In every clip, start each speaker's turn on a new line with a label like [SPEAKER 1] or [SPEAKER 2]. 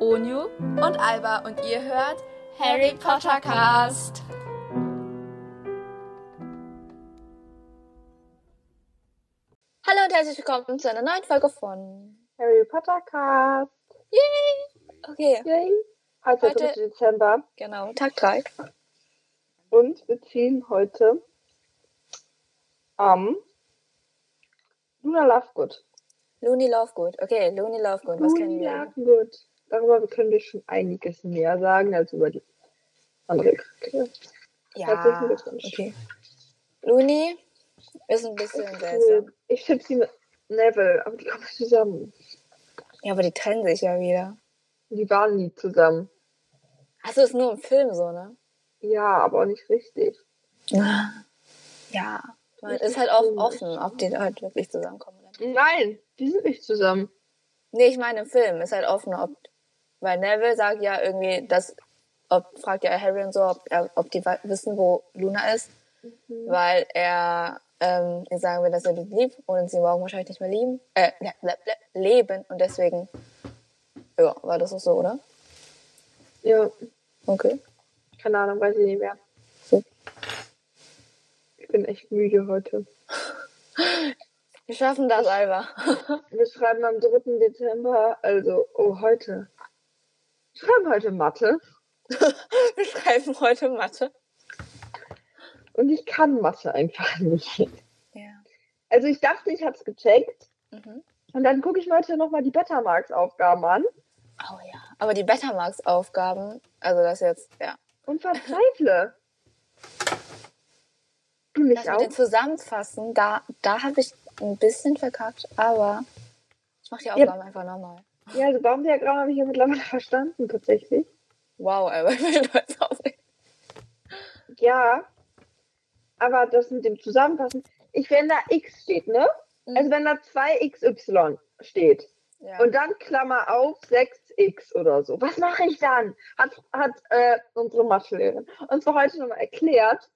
[SPEAKER 1] Onyu und Alba und ihr hört Harry Potter Cast.
[SPEAKER 2] Hallo und herzlich willkommen zu einer neuen Folge von
[SPEAKER 3] Harry Potter Cast.
[SPEAKER 2] Okay,
[SPEAKER 3] Yay. Heute,
[SPEAKER 2] Heute-
[SPEAKER 3] der 3. Dezember.
[SPEAKER 2] genau, Tag 3.
[SPEAKER 3] Und wir ziehen heute am Luna Lovegood.
[SPEAKER 2] Looney Lovegood. Okay, Looney Lovegood, was kennen wir?
[SPEAKER 3] Lovegood. Darüber können wir schon einiges mehr sagen als über die andere Charaktere. Herzlichen
[SPEAKER 2] Ja,
[SPEAKER 3] Glückwunsch.
[SPEAKER 2] okay. Looney ist ein bisschen seltsam.
[SPEAKER 3] Cool. Ich tippe sie mit Neville, aber die kommen nicht zusammen.
[SPEAKER 2] Ja, aber die trennen sich ja wieder.
[SPEAKER 3] Die waren nie zusammen.
[SPEAKER 2] Also ist nur im Film so, ne?
[SPEAKER 3] Ja, aber auch nicht richtig.
[SPEAKER 2] Ja. Man ist halt auch offen, ob die halt wirklich zusammenkommen oder nicht.
[SPEAKER 3] Nein, die sind nicht zusammen.
[SPEAKER 2] Nee, ich meine im Film ist halt offen, ob. Weil Neville sagt ja irgendwie, dass. Ob, fragt ja Harry und so, ob, er, ob die we- wissen, wo Luna ist. weil er ähm, ihr sagen will, dass er die liebt und sie morgen wahrscheinlich nicht mehr lieben, äh, le le le leben und deswegen, ja, war das auch so, oder?
[SPEAKER 3] Ja,
[SPEAKER 2] Okay.
[SPEAKER 3] keine Ahnung, weiß ich nicht mehr.
[SPEAKER 2] So.
[SPEAKER 3] Ich bin echt müde heute.
[SPEAKER 2] Wir schaffen das, Alba.
[SPEAKER 3] Wir schreiben am 3. Dezember, also oh, heute. Wir schreiben heute Mathe
[SPEAKER 2] Wir schreiben heute Mathe.
[SPEAKER 3] und ich kann Mathe einfach nicht.
[SPEAKER 2] Ja.
[SPEAKER 3] Also ich dachte, ich hab's gecheckt
[SPEAKER 2] Mhm.
[SPEAKER 3] und dann gucke ich mir heute nochmal die Bettermarks-Aufgaben an
[SPEAKER 2] Oh ja. Aber die Bettermarks-Aufgaben, also das jetzt, ja.
[SPEAKER 3] und verzweifle. Du
[SPEAKER 2] Das
[SPEAKER 3] nicht
[SPEAKER 2] mit den
[SPEAKER 3] auch?
[SPEAKER 2] Zusammenfassen, da, da habe ich ein bisschen verkackt, aber ich mache die Aufgaben einfach nochmal.
[SPEAKER 3] Ja, also Baumdiagramm habe ich ja mittlerweile verstanden, tatsächlich.
[SPEAKER 2] Wow, Alba, ich bin stolz auf dich.
[SPEAKER 3] Ja, aber das mit dem Zusammenfassen. Ich, wenn da X steht, ne?
[SPEAKER 2] Mhm.
[SPEAKER 3] Also wenn da 2XY steht,
[SPEAKER 2] Ja.
[SPEAKER 3] Und dann Klammer auf 6x oder so. Was mache ich dann? Hat, hat äh, unsere Mathelehrerin uns für heute nochmal erklärt.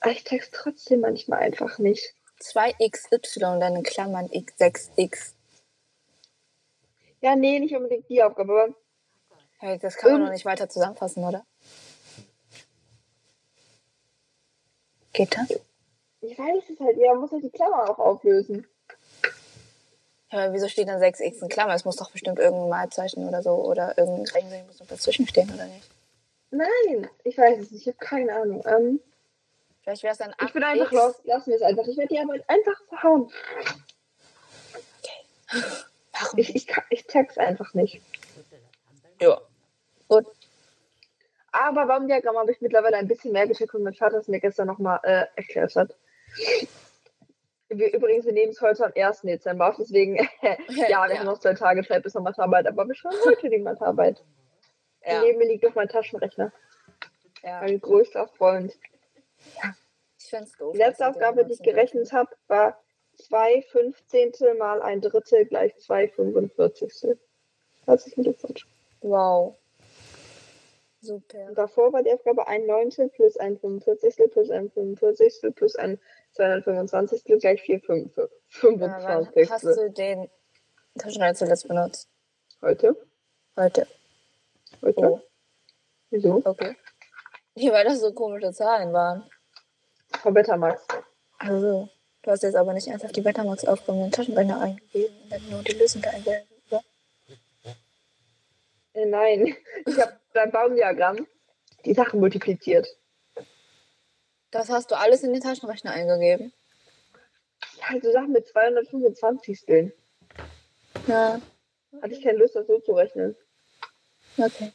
[SPEAKER 3] Aber Ich check's trotzdem manchmal einfach nicht.
[SPEAKER 2] 2xy, dann in Klammern x, 6x.
[SPEAKER 3] Ja, nee, nicht unbedingt die Aufgabe, aber
[SPEAKER 2] Hey, das kann man
[SPEAKER 3] Irgend-
[SPEAKER 2] doch nicht weiter zusammenfassen, oder? Geht das?
[SPEAKER 3] ich weiß es halt, ja, man muss halt die Klammer auch auflösen.
[SPEAKER 2] Ja, aber wieso steht dann 6x in Klammern? Es muss doch bestimmt irgendein Malzeichen oder so oder irgendein Rechenzeichen muss doch dazwischen stehen, oder nicht?
[SPEAKER 3] Nein, ich weiß es nicht, ich habe keine Ahnung. Ähm,
[SPEAKER 2] Vielleicht wäre es dann 8x.
[SPEAKER 3] ich bin einfach los, lassen wir es einfach. Ich werde die Arbeit einfach verhauen.
[SPEAKER 2] Warum?
[SPEAKER 3] Ich, ich, kann- ich check's einfach nicht.
[SPEAKER 2] ja.
[SPEAKER 3] Aber beim Diagramm habe ich mittlerweile ein bisschen mehr gecheckt und mein Vater es mir gestern nochmal äh, erklärt hat. Wir, übrigens, wir nehmen es heute am 1. Dezember auf, deswegen, ja, wir
[SPEAKER 2] Ja.
[SPEAKER 3] haben noch zwei Tage Zeit bis zur Mathearbeit, aber wir schreiben heute die Mathearbeit.
[SPEAKER 2] Ja.
[SPEAKER 3] Neben mir liegt noch mein Taschenrechner,
[SPEAKER 2] ja.
[SPEAKER 3] mein größter Freund.
[SPEAKER 2] Ich finde es doof.
[SPEAKER 3] Die letzte
[SPEAKER 2] dass sie den
[SPEAKER 3] Aufgabe, die ich
[SPEAKER 2] benutzen
[SPEAKER 3] gerechnet habe, war 2 Fünfzehntel mal ein Drittel gleich 2 Fünfundvierzigstel. Herzlichen Glückwunsch.
[SPEAKER 2] dürfen. Wow. Super.
[SPEAKER 3] Und davor war die Aufgabe ein Neuntel plus ein 45. plus ein 45. plus ein 225. gleich 4
[SPEAKER 2] Ja, wann hast
[SPEAKER 3] 25.
[SPEAKER 2] du den Taschenrechner zuletzt benutzt?
[SPEAKER 3] Heute?
[SPEAKER 2] Heute.
[SPEAKER 3] Heute?
[SPEAKER 2] Oh,
[SPEAKER 3] Wieso?
[SPEAKER 2] okay. Wie weil das so komische Zahlen waren.
[SPEAKER 3] Frau Bettermax.
[SPEAKER 2] Also, du hast jetzt aber nicht ernsthaft die Betamax-Aufgaben in den Taschenrechner eingegeben und dann nur die Lösung da eingesetzt.
[SPEAKER 3] Äh, nein, ich habe beim Baumdiagramm die Sachen multipliziert.
[SPEAKER 2] Das hast du alles in den Taschenrechner eingegeben.
[SPEAKER 3] Also Sachen mit 225. Stillen.
[SPEAKER 2] Ja,
[SPEAKER 3] Hatte ich keine Lust, das so zu rechnen.
[SPEAKER 2] okay.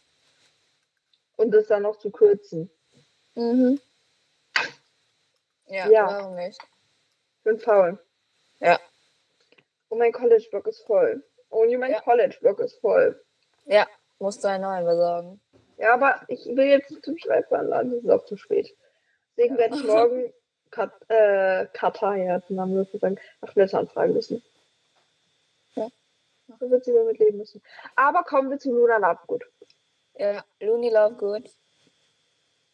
[SPEAKER 3] Und das dann noch zu kürzen.
[SPEAKER 2] Mhm. Ja,
[SPEAKER 3] Ja.
[SPEAKER 2] warum nicht?
[SPEAKER 3] Ich bin faul.
[SPEAKER 2] Ja.
[SPEAKER 3] Und mein College-Block ist voll. Oh, nee, mein
[SPEAKER 2] Ja.
[SPEAKER 3] College-Block ist voll.
[SPEAKER 2] Musst du einen neuen besorgen.
[SPEAKER 3] Ja, aber ich will jetzt nicht zum Schreiben anladen, es ist auch zu spät. Deswegen werde ich morgen Kat äh, Katar, ja, den Namen würde ich sagen, nach Blättern fragen müssen.
[SPEAKER 2] Ja.
[SPEAKER 3] Da wird sie wohl mitleben müssen. Aber kommen wir zu Luna Lovegood.
[SPEAKER 2] Ja, Looney Lovegood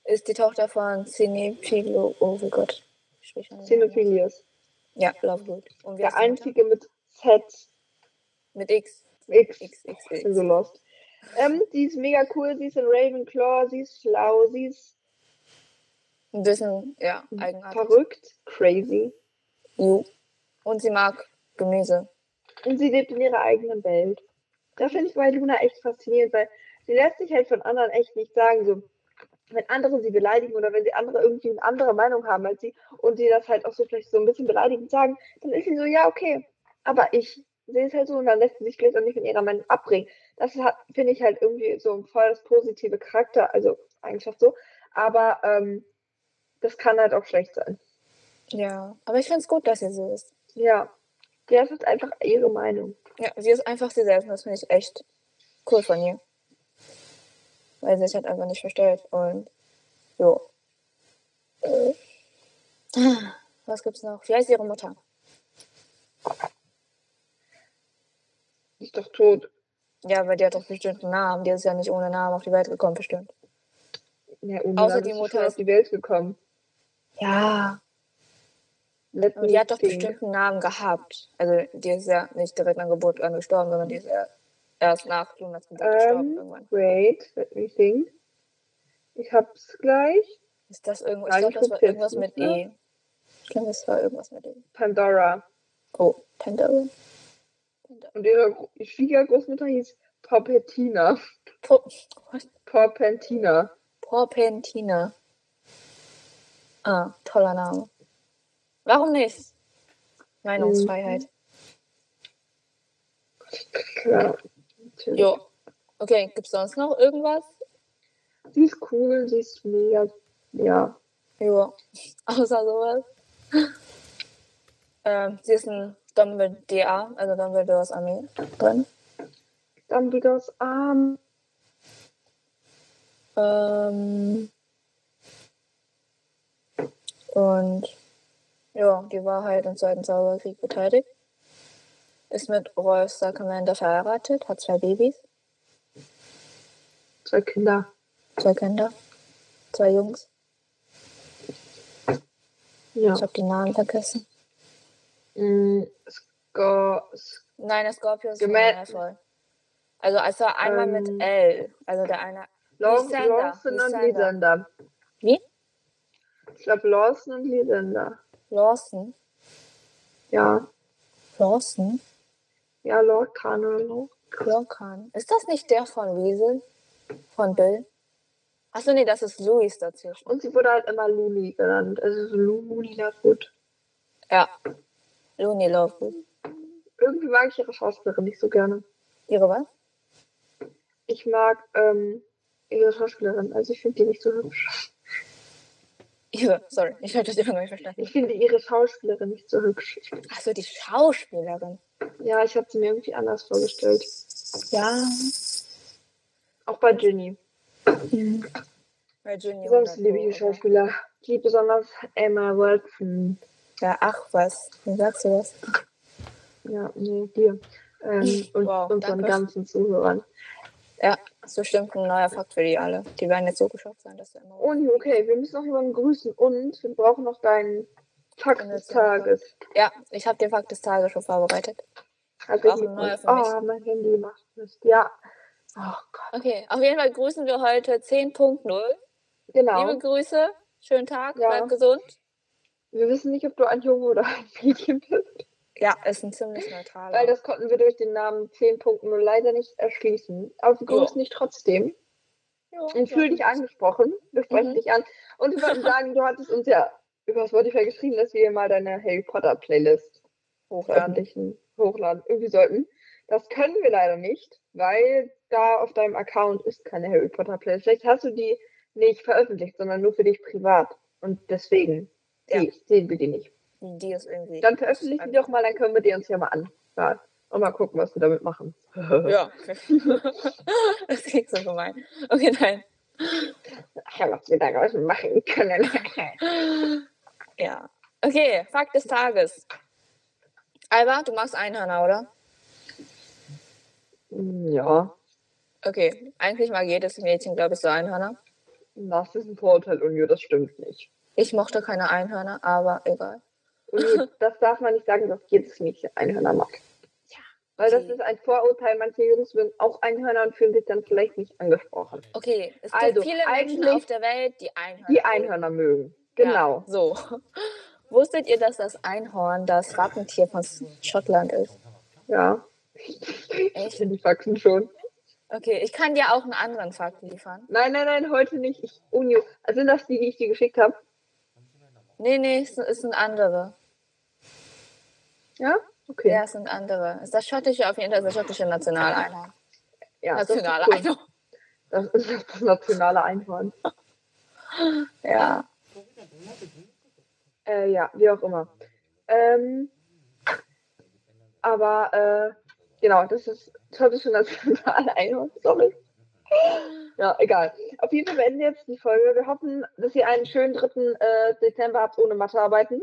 [SPEAKER 2] ist die Tochter von Cinephilo. Oh mein Gott. Ich spreche schon den Namen nicht.
[SPEAKER 3] Xenophilius.
[SPEAKER 2] Ja, Lovegood. Und
[SPEAKER 3] Der
[SPEAKER 2] heißt die Mutter?
[SPEAKER 3] einzige mit Z,
[SPEAKER 2] Mit X.
[SPEAKER 3] X.
[SPEAKER 2] X, X,
[SPEAKER 3] Ich bin so
[SPEAKER 2] X.
[SPEAKER 3] lost. Ähm, sie ist mega cool, sie ist in Ravenclaw, sie ist schlau, sie ist
[SPEAKER 2] Ein bisschen, ja, eigenartig.
[SPEAKER 3] verrückt, crazy.
[SPEAKER 2] Jo. Und sie mag Gemüse.
[SPEAKER 3] Und sie lebt in ihrer eigenen Welt. Da finde ich bei Luna echt faszinierend, weil sie lässt sich halt von anderen echt nicht sagen, so wenn andere sie beleidigen oder wenn sie andere irgendwie eine andere Meinung haben als sie und sie das halt auch so vielleicht so ein bisschen beleidigend sagen, dann ist sie so, ja, okay, aber ich sehe es halt so und dann lässt sie sich vielleicht auch nicht von ihrer Meinung abbringen. Das hat- finde ich halt irgendwie so ein voll das positive Charakter, also Eigenschaft so, aber ähm, das kann halt auch schlecht sein.
[SPEAKER 2] Ja. Aber ich finde es gut, dass sie so ist.
[SPEAKER 3] Ja, ja, das ist einfach ihre Meinung.
[SPEAKER 2] Ja, sie ist einfach sie selbst und das finde ich echt cool von ihr. Weil sie sich halt einfach nicht verstellt und jo. Äh. Was gibt's noch? Wie heißt ihre Mutter?
[SPEAKER 3] Die ist doch tot.
[SPEAKER 2] Ja, aber die hat doch bestimmt einen Namen. Die ist ja nicht ohne Namen auf die Welt gekommen, bestimmt.
[SPEAKER 3] Ja, Ulla,
[SPEAKER 2] Außer
[SPEAKER 3] bist
[SPEAKER 2] die
[SPEAKER 3] du
[SPEAKER 2] Mutter
[SPEAKER 3] schon auf
[SPEAKER 2] ist-
[SPEAKER 3] die Welt gekommen.
[SPEAKER 2] Ja.
[SPEAKER 3] Letzten
[SPEAKER 2] Aber die hat doch
[SPEAKER 3] Ding.
[SPEAKER 2] bestimmt einen Namen gehabt. Also die ist ja nicht direkt an Geburt an gestorben, sondern die ist ja erst nach Lunas Geburt gestorben
[SPEAKER 3] Ähm.
[SPEAKER 2] irgendwann.
[SPEAKER 3] Wait, let me think. Ich hab's gleich.
[SPEAKER 2] Ist das irgendwo? Ich
[SPEAKER 3] Nein,
[SPEAKER 2] glaube,
[SPEAKER 3] ich
[SPEAKER 2] das war
[SPEAKER 3] guck's jetzt
[SPEAKER 2] irgendwas mit
[SPEAKER 3] nicht, ne?
[SPEAKER 2] E. Ich glaube, das war irgendwas mit E.
[SPEAKER 3] Pandora.
[SPEAKER 2] Oh, Pandora. Pandora.
[SPEAKER 3] Und ihre Gro- Schwiegergroßmutter hieß Porpentina.
[SPEAKER 2] Po
[SPEAKER 3] Porpentina.
[SPEAKER 2] Porpentina. Ah, toller Name. Warum
[SPEAKER 3] Hm.
[SPEAKER 2] nicht? Meinungsfreiheit.
[SPEAKER 3] Ja, natürlich.
[SPEAKER 2] Jo. Okay, gibt's sonst noch irgendwas?
[SPEAKER 3] Sie ist cool, sie ist mega. Ja.
[SPEAKER 2] Jo. Außer sowas. ähm, sie ist ein Dumbledore, also Dumbledores Armee drin.
[SPEAKER 3] Dumbledores Arm.
[SPEAKER 2] Ähm, und ja, die war halt im Zweiten Zauberkrieg beteiligt. Ist mit Rolf Salamander verheiratet, hat zwei Babys,
[SPEAKER 3] Zwei Kinder.
[SPEAKER 2] zwei Kinder, zwei Jungs.
[SPEAKER 3] Ja.
[SPEAKER 2] Ich habe die Namen vergessen.
[SPEAKER 3] Mm, Sco- Sc-
[SPEAKER 2] Nein, der Scorpio ist
[SPEAKER 3] Gemä-
[SPEAKER 2] Gemä voll. Also es war einmal
[SPEAKER 3] Ähm.
[SPEAKER 2] mit L. Also der eine.
[SPEAKER 3] Law-
[SPEAKER 2] Lysander,
[SPEAKER 3] Lawson und
[SPEAKER 2] Lysander.
[SPEAKER 3] Lysander.
[SPEAKER 2] Wie?
[SPEAKER 3] Ich glaube, Lawson und Lysander.
[SPEAKER 2] Lawson.
[SPEAKER 3] Ja.
[SPEAKER 2] Lawson?
[SPEAKER 3] Ja, Lord Carnarvon.
[SPEAKER 2] Lorcan. Ist das nicht der von Weasel? Von Bill? Achso, nee, das ist Louis dazwischen.
[SPEAKER 3] Und sie wurde halt immer Luni genannt. Also so Luni Lovegood.
[SPEAKER 2] Ja. Looney Lovegood.
[SPEAKER 3] Irgendwie mag ich ihre Schauspielerin nicht so gerne.
[SPEAKER 2] Ihre was?
[SPEAKER 3] Ich mag ähm, ihre Schauspielerin. Also ich finde die nicht so hübsch.
[SPEAKER 2] Ihre, sorry, ich habe das immer noch nicht verstanden.
[SPEAKER 3] Ich finde ihre Schauspielerin nicht so hübsch.
[SPEAKER 2] Achso, die Schauspielerin.
[SPEAKER 3] Ja, ich habe sie mir irgendwie anders vorgestellt.
[SPEAKER 2] Ja.
[SPEAKER 3] Auch bei Ginny.
[SPEAKER 2] Virginia.
[SPEAKER 3] Sonst
[SPEAKER 2] Woolf,
[SPEAKER 3] liebe ich die
[SPEAKER 2] oder?
[SPEAKER 3] Schauspieler. Ich liebe besonders Emma Watson.
[SPEAKER 2] Ja, ach was. Wie sagst du das?
[SPEAKER 3] Ja, nee, dir. Ähm, und
[SPEAKER 2] Wow,
[SPEAKER 3] unseren
[SPEAKER 2] danke.
[SPEAKER 3] ganzen Zuhörern.
[SPEAKER 2] Das ist bestimmt ein neuer Fakt für die alle. Die werden jetzt so geschockt sein, dass du immer.
[SPEAKER 3] Uni, okay, wir müssen noch jemanden grüßen und wir brauchen noch deinen Fakt des Tages.
[SPEAKER 2] Ja, ich habe den Fakt des Tages schon vorbereitet.
[SPEAKER 3] Also
[SPEAKER 2] Auch ein neuer für mich.
[SPEAKER 3] oh, mein Handy macht Mist. Ja. Oh Gott.
[SPEAKER 2] Okay, auf jeden Fall grüßen wir heute 10.0.
[SPEAKER 3] Genau.
[SPEAKER 2] Liebe Grüße, schönen Tag,
[SPEAKER 3] Ja.
[SPEAKER 2] bleib gesund.
[SPEAKER 3] wir wissen nicht, ob du ein Junge oder ein Mädchen bist,
[SPEAKER 2] Ja, ist ein ziemlich neutraler.
[SPEAKER 3] weil das konnten wir durch den Namen 10.0 leider nicht erschließen. Aber wir
[SPEAKER 2] Ja.
[SPEAKER 3] grüßen dich trotzdem.
[SPEAKER 2] Ja,
[SPEAKER 3] Und fühl dich angesprochen. Wir sprechen
[SPEAKER 2] Mhm.
[SPEAKER 3] dich an. Und wir wollten sagen, du hattest uns ja über Spotify geschrieben, dass wir mal deine Harry Potter Playlist
[SPEAKER 2] hochladen.
[SPEAKER 3] veröffentlichen, hochladen, irgendwie sollten. Das können wir leider nicht, weil da auf deinem Account ist keine Harry Potter Playlist. Vielleicht hast du die nicht veröffentlicht, sondern nur für dich privat. Und deswegen
[SPEAKER 2] Ja.
[SPEAKER 3] die, sehen wir die nicht.
[SPEAKER 2] Die ist irgendwie.
[SPEAKER 3] Dann veröffentlichen die doch mal, dann können wir die uns ja mal anhören und mal gucken, was wir damit machen.
[SPEAKER 2] Ja. das klingt so gemein. Okay, nein.
[SPEAKER 3] Ja, was wir daraus machen können.
[SPEAKER 2] Ja. Okay, Fakt des Tages. Alba, du magst Einhörner, oder?
[SPEAKER 3] ja,
[SPEAKER 2] Okay, eigentlich mag jedes Mädchen, glaube ich, so Einhörner.
[SPEAKER 3] das ist ein Vorurteil, Unio, das stimmt nicht.
[SPEAKER 2] Ich mochte keine Einhörner, aber egal.
[SPEAKER 3] Äh, Unio, das darf man nicht sagen, dass jedes Mädchen Einhörner mag. Weil das
[SPEAKER 2] Okay.
[SPEAKER 3] ist ein Vorurteil, manche Jungs würden auch Einhörner und fühlen sich dann vielleicht nicht angesprochen.
[SPEAKER 2] Okay, es gibt
[SPEAKER 3] Also,
[SPEAKER 2] viele Menschen
[SPEAKER 3] eigentlich-
[SPEAKER 2] auf der Welt, die Einhörner.
[SPEAKER 3] Die
[SPEAKER 2] mögen.
[SPEAKER 3] Einhörner mögen.
[SPEAKER 2] Ja,
[SPEAKER 3] Genau.
[SPEAKER 2] so. Wusstet ihr, dass das Einhorn das Wappentier von Schottland ist?
[SPEAKER 3] Ja.
[SPEAKER 2] Echt?
[SPEAKER 3] Die Faxen schon.
[SPEAKER 2] Okay, ich kann dir auch einen anderen Fakt liefern.
[SPEAKER 3] Nein, nein, nein, heute nicht. Ich, Unio. Also sind das die, die ich dir geschickt habe?
[SPEAKER 2] Nee, nee, es es sind andere.
[SPEAKER 3] Ja? Okay.
[SPEAKER 2] Ja, es sind andere. Es Ist das schottische auf jeden Fall, ist das schottische Nationaleinhorn.
[SPEAKER 3] Ja, das ist
[SPEAKER 2] Nationale
[SPEAKER 3] cool.
[SPEAKER 2] Einhorn.
[SPEAKER 3] Das ist das nationale Einhorn.
[SPEAKER 2] Ja.
[SPEAKER 3] Äh, ja, wie auch immer. Ähm, aber äh, genau, das ist schottische nationale Einhorn. Sorry. Ja, egal. Auf jeden Fall beenden wir jetzt die Folge. Wir hoffen, dass ihr einen schönen 3. Äh, Dezember habt ohne Mathearbeiten.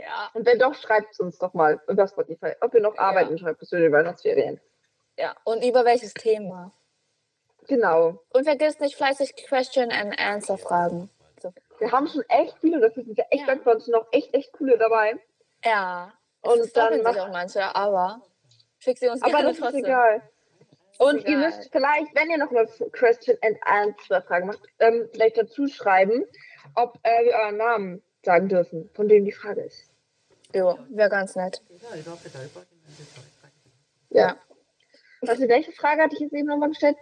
[SPEAKER 2] Ja,
[SPEAKER 3] Und wenn doch, schreibt es uns doch mal über Spotify. Ob ihr noch arbeiten, schreibt es für die Weihnachtsferien.
[SPEAKER 2] ja. Und über welches Thema?
[SPEAKER 3] Genau.
[SPEAKER 2] Und vergiss nicht fleißig Question and Answer Fragen. So.
[SPEAKER 3] Wir haben schon echt viele, und dafür sind wir echt
[SPEAKER 2] Ja.
[SPEAKER 3] dankbar. Es sind noch echt, echt coole dabei.
[SPEAKER 2] Ja.
[SPEAKER 3] Und
[SPEAKER 2] Und dann
[SPEAKER 3] dann
[SPEAKER 2] sich auch manche, aber schick sie uns
[SPEAKER 3] Aber
[SPEAKER 2] gerne
[SPEAKER 3] das ist
[SPEAKER 2] trotzdem.
[SPEAKER 3] egal. Und ihr
[SPEAKER 2] egal.
[SPEAKER 3] müsst vielleicht, wenn ihr noch eine Question and Answer Frage macht, ähm, vielleicht dazu schreiben, ob äh, wir euren Namen sagen dürfen, von dem die Frage ist.
[SPEAKER 2] Jo, wäre ganz nett.
[SPEAKER 3] Ja. Also, welche Frage hatte ich jetzt eben nochmal gestellt?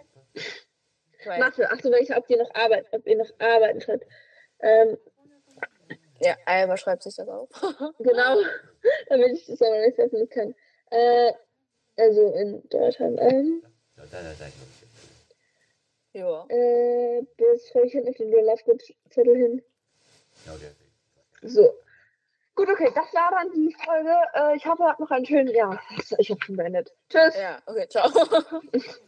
[SPEAKER 2] Great.
[SPEAKER 3] Mathe. Achso, welche, ob ihr noch arbeiten, ob ihr noch arbeiten könnt. Ähm,
[SPEAKER 2] Ja, Alba schreibt sich das auf.
[SPEAKER 3] genau, damit ich das aber nicht öffnen kann. Äh, also in Deutschland, ähm,
[SPEAKER 2] Jo.
[SPEAKER 3] äh, bis völlig hinten auf den Leftzettel hin. So. Gut, okay, das war dann die Folge. Äh, ich hoffe, ihr habt noch einen schönen, ja, ich hab schon beendet. Tschüss.
[SPEAKER 2] Ja, okay, ciao.